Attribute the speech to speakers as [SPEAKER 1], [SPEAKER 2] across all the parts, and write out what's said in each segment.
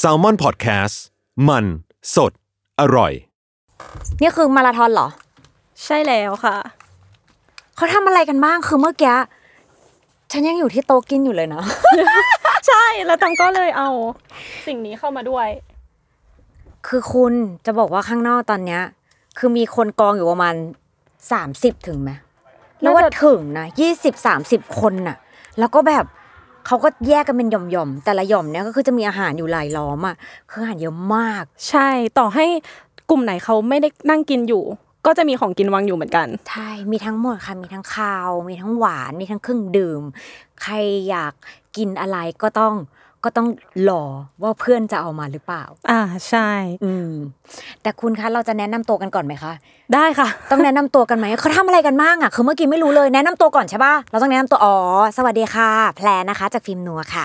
[SPEAKER 1] s a l ม o n PODCAST มันสดอร่อย
[SPEAKER 2] นี่คือมาราธอนเหรอ
[SPEAKER 3] ใช่แล้วค่ะ
[SPEAKER 2] เขาทำอะไรกันบ้างคือเมื่อกี้ฉันยังอยู่ที่โต๊ะกินอยู่เลยนะ
[SPEAKER 3] ใช่แล้วตังก็เลยเอา สิ่งนี้เข้ามาด้วย
[SPEAKER 2] คือคุณจะบอกว่าข้างนอกตอนเนี้ย คือมีคนกองอยู่ประมาณสามสิบถึงไหมแล้วว่า
[SPEAKER 3] น่าจะ
[SPEAKER 2] ถึงนะยี่สิบสามสิบคนน่ะ แล้วก็แบบเขาก็แยกกันเป็นหย่อมๆแต่ละหย่อมเนี้ยก็คือจะมีอาหารอยู่หลายล้อมอ่ะคืออาหารเยอะมาก
[SPEAKER 3] ใช่ต่อให้กลุ่มไหนเขาไม่ได้นั่งกินอยู่ ก็จะมีของกินวางอยู่เหมือนกัน
[SPEAKER 2] ใช่ มีทั้งหมดค่ะ มีทั้งคาว มีทั้งหวาน มีทั้งเครื่องดื่ม ใครอยากกินอะไรก็ต้องก็ต้องรอว่าเพื่อนจะเอามาหรือเปล่า
[SPEAKER 3] อ่าใช่
[SPEAKER 2] อืม แต่คุณคะเราจะแนะนำตัวกันก่อนไหมคะ
[SPEAKER 3] ได้ค่ะ
[SPEAKER 2] ต้องแนะนำตัวกันไหมเขาทำอะไรกันบ้างอ่ะ คือเมื่อกี้ไม่รู้เลย แนะนำตัวก่อนใช่ป่ะ เราต้องแนะนำตัว อ๋อ สวัสดีค่ะ แพรนะคะ จากฟิล์มนัวค่ะ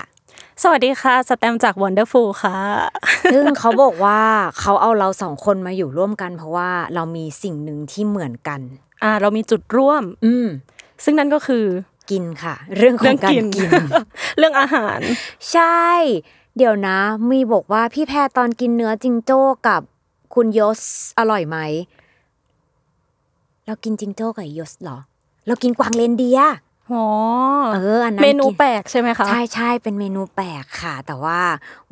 [SPEAKER 3] สวัสดีค่ะ สแตมจาก Wonderful ค่ะ
[SPEAKER 2] ซึ่งเขาบอกว่าเขาเอาเราสองคนมาอยู่ร่วมกัน เพราะว่าเรามีสิ่งหนึ่งที่เหมือนกัน
[SPEAKER 3] อ่า เรามีจุดร่วม
[SPEAKER 2] อืม
[SPEAKER 3] ซึ่งนั่นก็คือ
[SPEAKER 2] กินค่ะ เรื่องข
[SPEAKER 3] เรื่
[SPEAKER 2] อ
[SPEAKER 3] อง
[SPEAKER 2] งการ
[SPEAKER 3] กิน
[SPEAKER 2] กิน
[SPEAKER 3] เรื่องอาหาร
[SPEAKER 2] ใช่ เดี๋ยวนะ มีบอกว่าพี่แพรตอนกินเนื้อจิงโจ้กับคุณยศอร่อยไหม เรากินจิงโจ้กับยศเหรอ เรากินกวางเลนเดียร์
[SPEAKER 3] อ๋อ
[SPEAKER 2] เอออันนั้น
[SPEAKER 3] เมนู
[SPEAKER 2] กิ
[SPEAKER 3] แปลกใช่ไหมคะ
[SPEAKER 2] ใช่ใช่เป็นเมนูแปลกค่ะ แต่ว่า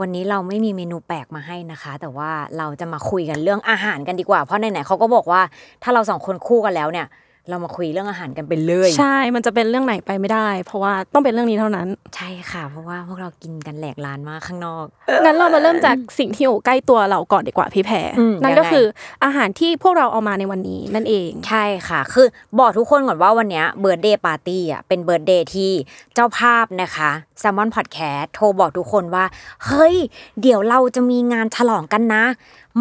[SPEAKER 2] วันนี้เราไม่มีเมนูแปลกมาให้นะคะ แต่ว่าเราจะมาคุยกันเรื่องอาหารกันดีกว่า เพราะไหนๆเขาก็บอกว่าถ้าเราสองคนคู่กันแล้วเนี่ย เรามาคุยเรื่องอาหารกันไปเลย
[SPEAKER 3] ใช่มันจะเป็นเรื่องไหนไปไม่ได้ เพราะว่าต้องเป็นเรื่องนี้เท่านั้น
[SPEAKER 2] ใช่ค่ะ เพราะว่าพวกเรากินกันแหลกลานมากข้างนอก
[SPEAKER 3] งั้นเรามาเริ่มจากสิ่งที่อยู่ใกล้ตัวเราก่อนดีกว่าพี่แพร
[SPEAKER 2] อืม
[SPEAKER 3] นั่น
[SPEAKER 2] ยั
[SPEAKER 3] ก็
[SPEAKER 2] งไง
[SPEAKER 3] คืออาหารที่พวกเราเอามาในวันนี้นั่นเอง
[SPEAKER 2] ใช่ค่ะ คือบอกทุกคนก่อนว่าวันเนี้ยเบิร์ดเดย์ปาร์ตี้อ่ะเป็นเบิร์ดเดย์ที่เจ้าภาพนะคะแซมมอนพอดแคสโทรบอกทุกคนว่า เฮ้ย เดี๋ยวเราจะมีงานฉลองกันนะ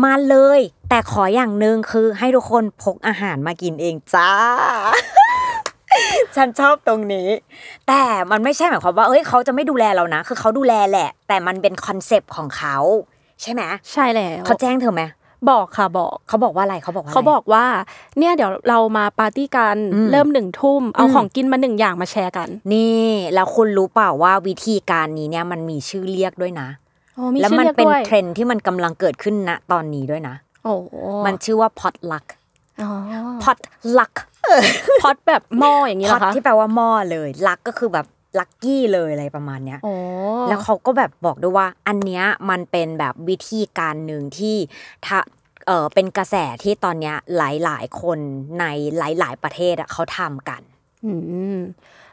[SPEAKER 2] มาเลย แต่ขออย่างหนึ่งคือให้ทุกคนพกอาหารมากินเองจ้า ฉันชอบตรงนี้ แต่มันไม่ใช่หมายความว่าเอ้ยเขาจะไม่ดูแลเรานะ คือเขาดูแลแหละ แต่มันเป็นคอนเซปต์ของเขา ใช่ไหม
[SPEAKER 3] ใช่แล้ว
[SPEAKER 2] เขาแจ้งเธอไหม
[SPEAKER 3] บอกค่ะบอก
[SPEAKER 2] เขาบอกว่าอะไรเขาบอกว่าะไร
[SPEAKER 3] เขาบอกว่า เนี่ยเดี๋ยวเรามาปาร์ตี้กัน
[SPEAKER 2] อืม
[SPEAKER 3] เริ่มหนึ่งทุ่มเอา
[SPEAKER 2] อืม
[SPEAKER 3] ของกินมาหนึ่งอย่างมาแชร์กัน
[SPEAKER 2] นี่แล้วคุณรู้เปล่าว่าวิธีการนี้เนี่ยมันมีชื่อเรียกด้วยนะ
[SPEAKER 3] โอ้มี
[SPEAKER 2] แล้ว
[SPEAKER 3] ชื่
[SPEAKER 2] มั
[SPEAKER 3] อเรียก
[SPEAKER 2] เป็น
[SPEAKER 3] ด้วย
[SPEAKER 2] เทรนด์ที่มันกำลังเกิดขึ้นณตอนนี้ด้วยนะ
[SPEAKER 3] โอ้
[SPEAKER 2] มันชื่อว่าพอ t ลักพอ t ลัก
[SPEAKER 3] พอดแบบหม้ออย่างนี้
[SPEAKER 2] พ
[SPEAKER 3] เหร
[SPEAKER 2] อ
[SPEAKER 3] อคะ
[SPEAKER 2] ที่แปลว่าหม้อเลยลักก็คือแบบลักกี้เลยอะไรประมาณเนี้ย
[SPEAKER 3] โอ้
[SPEAKER 2] แล้วเขาก็แบบบอกด้วยว่าอันเนี้ยมันเป็นแบบวิธีการหนึ่งที่ถ้าเออเป็นกระแสที่ตอนเนี้ยหลายๆคนในหลายๆประเทศอะเขาทำกัน
[SPEAKER 3] อืม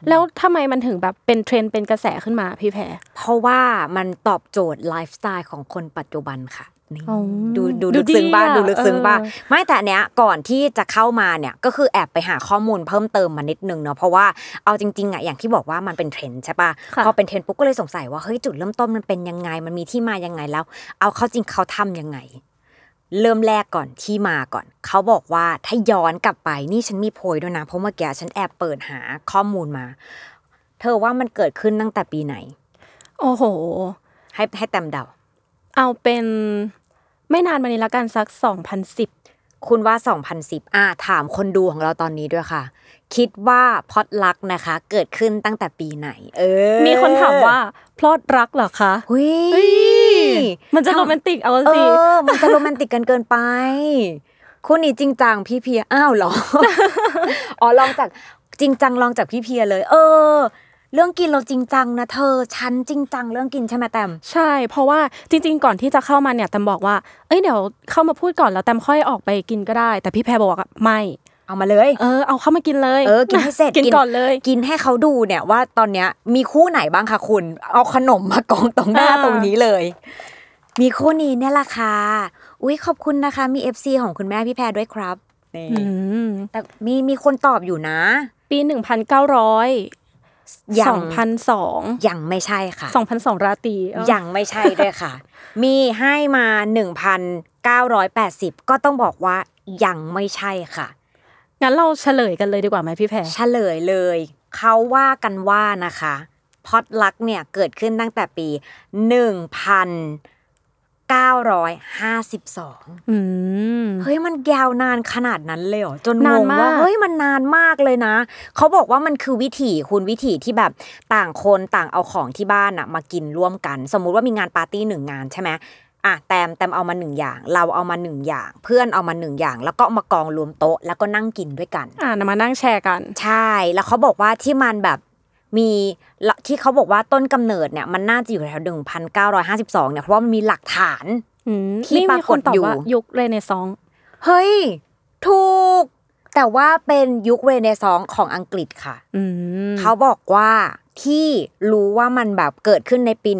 [SPEAKER 3] แล้วทำไมมันถึงแบบเป็นเทรนด์เป็นกระแสขึ้นมาพี่แพร
[SPEAKER 2] เพราะว่ามันตอบโจทย์ไลฟ์สไตล์ของคนปัจจุบันค่ะนี่
[SPEAKER 3] อ๋อ
[SPEAKER 2] ดูดู
[SPEAKER 3] ดู
[SPEAKER 2] ลึกซึ้งบ้าง
[SPEAKER 3] ดีอะ
[SPEAKER 2] ดูลึกซึ้งบ้าง
[SPEAKER 3] เออ
[SPEAKER 2] ไม่แต่อันเนี้ยก่อนที่จะเข้ามาเนี่ยก็คือแอบไปหาข้อมูลเพิ่มเติมมานิดนึงเนาะเพราะว่าเอาจริงๆอ่ะอย่างที่บอกว่ามันเป็นเทรนด์ใช่ปะ
[SPEAKER 3] ค่ะ
[SPEAKER 2] พอเป็นเทรนด์ปุ๊บก็เลยสงสัยว่าเฮ้ยจุดเริ่มต้นมันเป็นยังไงมันมีที่มายังไงแล้ว เอาเข้าจริงเขาทำยังไง เริ่มแรกก่อนที่มาก่อน เขาบอกว่าถ้าย้อนกลับไปนี่ฉันมีโพยด้วยนะเพราะเมื่อกี้ฉันแอบเปิดหาข้อมูลมา เธอว่ามันเกิดขึ้นตั้งแต่ปีไหน
[SPEAKER 3] โอ้โห
[SPEAKER 2] ให้ให้แตมเดา
[SPEAKER 3] เอาเป็นไม่นานมานี้ละกันสัก 2010
[SPEAKER 2] คุณว่า 2010 อ่า ถามคนดูของเราตอนนี้ด้วยค่ะ คิดว่าพอดลักนะคะ เกิดขึ้นตั้งแต่ปีไหน เออ
[SPEAKER 3] มีคนถามว่า พลอดรักเหรอคะ
[SPEAKER 2] หุย
[SPEAKER 3] เฮ้ยมันจะโรแมนติกเอา
[SPEAKER 2] เอ
[SPEAKER 3] สิ
[SPEAKER 2] อ มันจะโรแมนติกกันเกินไป คุณนี่จริงจังพี่เพีย อ้าวเหรอ อ๋อ ลองจากจริงจังลองจากพี่เพียเลย เออ เรื่องกินเราจริงจังนะเธอ ฉันจริงจังเรื่องกินใช่ไหมแตม
[SPEAKER 3] ใช่ เพราะว่าจริง ๆ ก่อนที่จะเข้ามาเนี่ยแตมบอกว่า เอ้ยเดี๋ยวเข้ามาพูดก่อนแล้วแตมค่อยออกไปกินก็ได้ แต่พี่แพรบอกว่าไม่
[SPEAKER 2] เอามาเลย
[SPEAKER 3] เออเอาเข้ามากินเลย
[SPEAKER 2] เออ กินให้เสร็จ
[SPEAKER 3] กินก่อนเลย
[SPEAKER 2] กินให้เขาดูเนี่ยว่าตอนเนี้ยมีคู่ไหนบ้างคะคุณ เอาขนมมากองตรงหน้า
[SPEAKER 3] อ่า
[SPEAKER 2] ตรงนี้เลย มีคู่นี้เนี่ยละค่ะ อุ้ยขอบคุณนะคะ มี FC ของคุณแม่พี่แพรด้วยครับนี่
[SPEAKER 3] อืม
[SPEAKER 2] แต่มีมีคนตอบอยู่นะ
[SPEAKER 3] ปี 1900
[SPEAKER 2] ยัง
[SPEAKER 3] 2002
[SPEAKER 2] ยังไม่ใช่ค่ะ
[SPEAKER 3] 2002 ราตรีเออ
[SPEAKER 2] ยังไม่ใช่ด้วยค่ะ มีให้มา 1,980 ก็ต้องบอกว่ายังไม่ใช่ค่ะ
[SPEAKER 3] งั้นเราเฉลยกันเลยดีกว่าไหมพี่แพร
[SPEAKER 2] เฉลยเลย เขาว่ากันว่านะคะพอดลักเนี่ยเกิดขึ้นตั้งแต่ปี 1 9 952
[SPEAKER 3] อืม
[SPEAKER 2] เฮ้ยมันยาวนานขนาดนั้นเลยเหรอจนง
[SPEAKER 3] นาน
[SPEAKER 2] ง
[SPEAKER 3] มาก
[SPEAKER 2] ว่าเฮ้ยมันนานมากเลยนะ เขาบอกว่ามันคือวิถีคุณวิถีที่แบบต่างคนต่างเอาของที่บ้านอะมากินร่วมกัน สมมุติว่ามีงานปาร์ตี้หนึ่งงานใช่ไหมอ่ะแตมแตมเอามาหนึ่งอย่าง เราเอามาหนึ่งอย่าง เพื่อนเอามาหนึ่งอย่าง แล้วก็เอามากองรวมโต๊ะแล้วก็นั่งกินด้วยกัน
[SPEAKER 3] อ่านำมานั่งแชร์กัน
[SPEAKER 2] ใช่ แล้วเขาบอกว่าที่มันแบบมีละที่เขาบอกว่าต้นกำเนิดเนี่ยมันน่าจะอยู่แถวหนึ่งพันเก้าร้อยห้าสิบสองเนี่ยเพราะว่ามันมีหลักฐาน
[SPEAKER 3] อืม
[SPEAKER 2] ที่
[SPEAKER 3] นี่มีคนตอบ
[SPEAKER 2] ป
[SPEAKER 3] ว่า
[SPEAKER 2] รากฏอยู่
[SPEAKER 3] ยุคเรเนซองส์
[SPEAKER 2] เฮ้ย ถูก แต่ว่าเป็นยุคเรเนซองส์ของอังกฤษค่ะ
[SPEAKER 3] อืม
[SPEAKER 2] เขาบอกว่าที่รู้ว่ามันแบบเกิดขึ้นในปี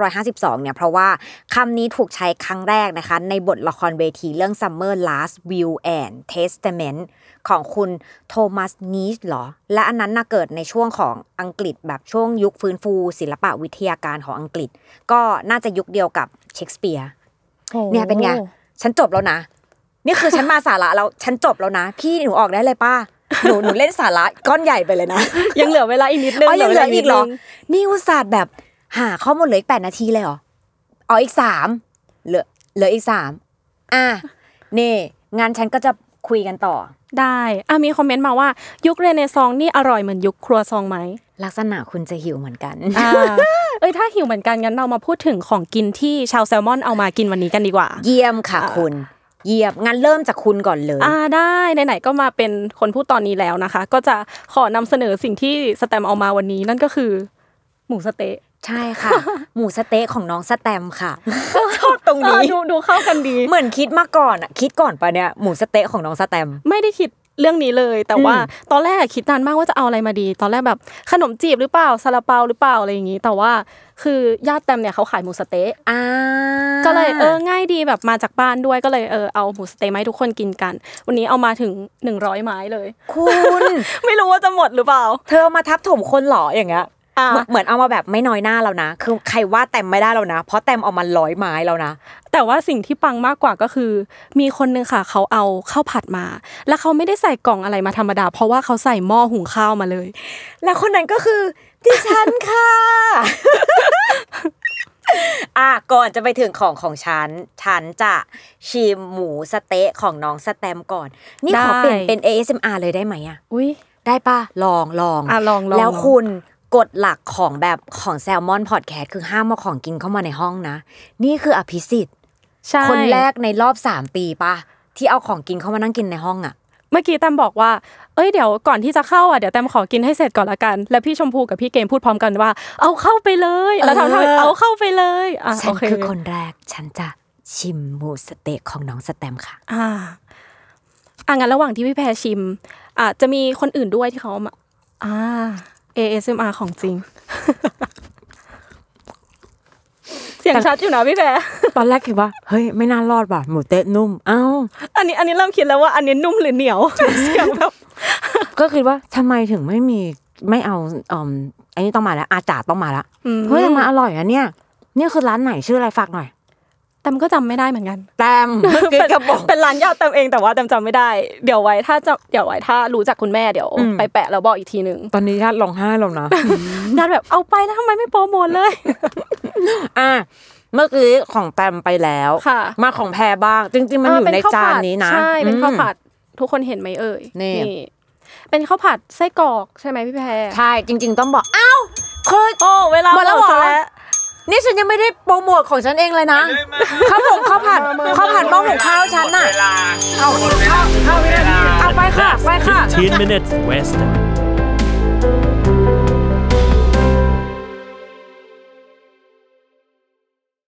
[SPEAKER 2] 1952 เนี่ย เพราะว่าคำนี้ถูกใช้ครั้งแรกนะคะ ในบทละครเวทีเรื่อง Summer Last Will and Testament ของคุณโทมัสนีชเหรอ และอันนั้นน่ะเกิดในช่วงของอังกฤษแบบช่วงยุคฟื้นฟู ศิลปะวิทยาการของอังกฤษ ก็น่าจะยุคเดียวกับเชคสเปียร์ เนี่ยเป็นไง
[SPEAKER 3] โอ้โห
[SPEAKER 2] ฉันจบแล้วนะ นี่คือฉันมาสาระแล้ว ฉันจบแล้วนะ พี่หนูออกได้เลยป้า หนูหนูเล่นสาระก้อนใหญ่ไปเลยนะ
[SPEAKER 3] ยังเหลือเวลาอีกนิดนึง
[SPEAKER 2] อ๋อยังเหลืออีกเหรอ
[SPEAKER 3] ววานิดนึง
[SPEAKER 2] นี่อุตส่าห์แบบหาข้อมูลเหลืออีกแปดนาทีเลยเหรอ อ๋ออีกสามเหลือเหลืออีกสามอ่ะนี่งานฉันก็จะคุยกันต่อ
[SPEAKER 3] ได้อ่ะมีคอมเมนต์มาว่ายุคเรเนซองส์นี่อร่อยเหมือนยุคครัวซองไหม
[SPEAKER 2] ลักษณะคุณจะหิวเหมือน กัน
[SPEAKER 3] อ่าเอ้ยถ้าหิวเหมือนกันงั้นเรามาพูดถึงของกินที่ชาวแซลมอนเอามากินวันนี้กันดี กว่า
[SPEAKER 2] เยี่ยมค่ะคุณ เยี่ยมงั้นเริ่มจากคุณก่อนเลย
[SPEAKER 3] อ่าได้ไหนๆก็มาเป็นคนพูดตอนนี้แล้วนะคะ ก็จะขอนำเสนอสิ่งที่สแตมเอามาวันนี้นั่นก็คือ หมูสะเต๊ะ
[SPEAKER 2] ใช่ค่ะ หมูสะเต๊ะของน้องสแตม ค่ะ ชอบตรง
[SPEAKER 3] เอ
[SPEAKER 2] นี้
[SPEAKER 3] อดูดูเข้ากัน ดี
[SPEAKER 2] เหมือนคิดมาก่อนอะคิดก่อนปะเนี่ยหมูสะเต๊ะของน้องสแตม
[SPEAKER 3] ไม่ได้คิดเรื่องนี้เลย แต่ว่าตอนแรกอะคิดนานมากว่าจะเอาอะไรมาดี ตอนแรกแบบขนมจีบหรือเปล่าซาลาเปาหรือเปล่าอะไรอย่างนี้ แต่ว่าคือญาติแตมเนี่ยเขาขายหมูสะเต๊ะ
[SPEAKER 2] อ่า
[SPEAKER 3] ก็เลยเออง่ายดีแบบมาจากบ้านด้วยก็เลยเออเอาหมูสะเต๊ะมาให้ทุกคนกินกัน วันนี้เอามาถึง 100 ไม้เลย
[SPEAKER 2] คุณ
[SPEAKER 3] ไม่รู้ว่าจะหมดหรือเปล่า
[SPEAKER 2] เธอเอามาทับถมคนเหรออย่างเงี้ย
[SPEAKER 3] อ่า
[SPEAKER 2] เหมือนเหมือนเอามาแบบไม่น้อยหน้าแล้วนะ คือใครว่าแต็มไม่ได้แล้วนะ เพราะแต็มเอามาร้อยไม้แล้วนะ
[SPEAKER 3] แต่ว่าสิ่งที่ปังมากกว่าก็คือ มีคนนึงค่ะเขาเอาข้าวผัดมา แล้วเขาไม่ได้ใส่กล่องอะไรมาธรรมดา เพราะว่าเขาใส่หม้อหุงข้าวมาเลย
[SPEAKER 2] และคนนั้นก็คือดิฉันค่ะ อ่ะก่อนจะไปถึงของของฉัน ฉันจะชิมหมูสะเต๊ะของน้องสแตมก่อน นี่ขอ
[SPEAKER 3] ได้
[SPEAKER 2] เปลี่ยนเป็น ASMR เลยได้ไหมอะ
[SPEAKER 3] อุ้ย
[SPEAKER 2] ได้ป่ะ ลองลอง
[SPEAKER 3] อ่ะลองลอง
[SPEAKER 2] แล้ว
[SPEAKER 3] ลอง
[SPEAKER 2] คุณกฎหลักของแบบของแซลมอนพอดแคสต์คือห้ามมาของกินเข้ามาในห้องนะ นี่คืออภิสิทธิ์
[SPEAKER 3] ใช่
[SPEAKER 2] คนแรกในรอบสามปีป่ะ ที่เอาของกินเข้ามานั่งกินในห้องอ่ะ
[SPEAKER 3] เมื่อกี้แตมบอกว่า เอ้ยเดี๋ยวก่อนที่จะเข้าอ่ะเดี๋ยวแตมขอกินให้เสร็จก่อนละกัน แล้วพี่ชมพูกับพี่เกมพูดพร้อมกันว่า เอาเข้าไปเลย แล้วทำท่าแบบ
[SPEAKER 2] เออ
[SPEAKER 3] เอาเข้าไปเลยอ่ะ
[SPEAKER 2] ฉั
[SPEAKER 3] โอน เค
[SPEAKER 2] คือคนแรกฉันจะชิมหมูสะเต๊ะของน้องสแตมค่ะ
[SPEAKER 3] อ่าอ่ะงั้นระหว่างที่พี่แพรชิมอ่ะจะมีคนอื่นด้วยที่เขาเอามาอ่า ASMR ของจริง เสียงชัดอยู่นะพี่แพร
[SPEAKER 2] ตอนแรกคิดว่า เฮ้ย ไม่น่ารอดว่ะหมูเต๊ะนุ่ม เอ้า
[SPEAKER 3] อันนี้อันนี้เริ่มคิดแล้วว่าอันนี้นุ่มหรือเหนียว เสียงแบบ
[SPEAKER 2] ก็คิดว่าทำไมถึงไม่มีไม่เอาอืมอันนี้ต้องมาแล้ว อาจารย์ต้องมาแล้ว
[SPEAKER 3] อืม
[SPEAKER 2] เฮ้ยมาอร่อยอ่ะเนี่ยนี่คือร้านไหนชื่ออะไรฝากหน่อย
[SPEAKER 3] แต่มันก็จำไม่ได้เหมือนกัน
[SPEAKER 2] แตม เมื่อกี้
[SPEAKER 3] เป็น
[SPEAKER 2] กระบอก
[SPEAKER 3] เป็นร้านยาแตมเองแต่ว่าแตมจำไม่ได้ เดี๋ยวไว้ถ้าจะเดี๋ยวไว้ถ้ารู้จักคุณแม่เดี๋ยว
[SPEAKER 2] อืม
[SPEAKER 3] ไปแปะแล้วบอกอีกทีหนึ่ง
[SPEAKER 2] ตอนนี้ญาติร้องไห้ แล้วนะ
[SPEAKER 3] นัดแบบเอาไปแล้วทำไมไม่โปรโมทเลย
[SPEAKER 4] อ่ะเมื่อกี้ของแตมไปแล้ว
[SPEAKER 3] ค่ะ
[SPEAKER 4] มาของแพรบ้าง จริง ๆ มันอยู่
[SPEAKER 3] เเป็
[SPEAKER 4] ใน
[SPEAKER 3] ข้ว
[SPEAKER 4] จาน
[SPEAKER 3] ผัด
[SPEAKER 4] นี้นะ
[SPEAKER 3] ใช่เป็นข้าว
[SPEAKER 4] อืม
[SPEAKER 3] ผัดทุกคนเห็นไหมเอ่ย
[SPEAKER 4] นี่
[SPEAKER 3] เป็นข้าวผัดไส้กรอกใช่ไหมพี่แพร
[SPEAKER 4] ใช่จริง ๆ ต้องบอก อ้าวเคย
[SPEAKER 3] โอ้เวลา
[SPEAKER 4] หมดแล้วเหรอ
[SPEAKER 3] ซะ
[SPEAKER 4] นี่ฉันยังไม่ได้โปรโมทของฉันเองเลยนะข้าวผงข้าวผัดข้าวผัดหม้อหุงข้าวฉันน่ะ เอาข้าวข้าววินาทีเอาไปค่ะ ไปค่ะ
[SPEAKER 1] 15 minutes west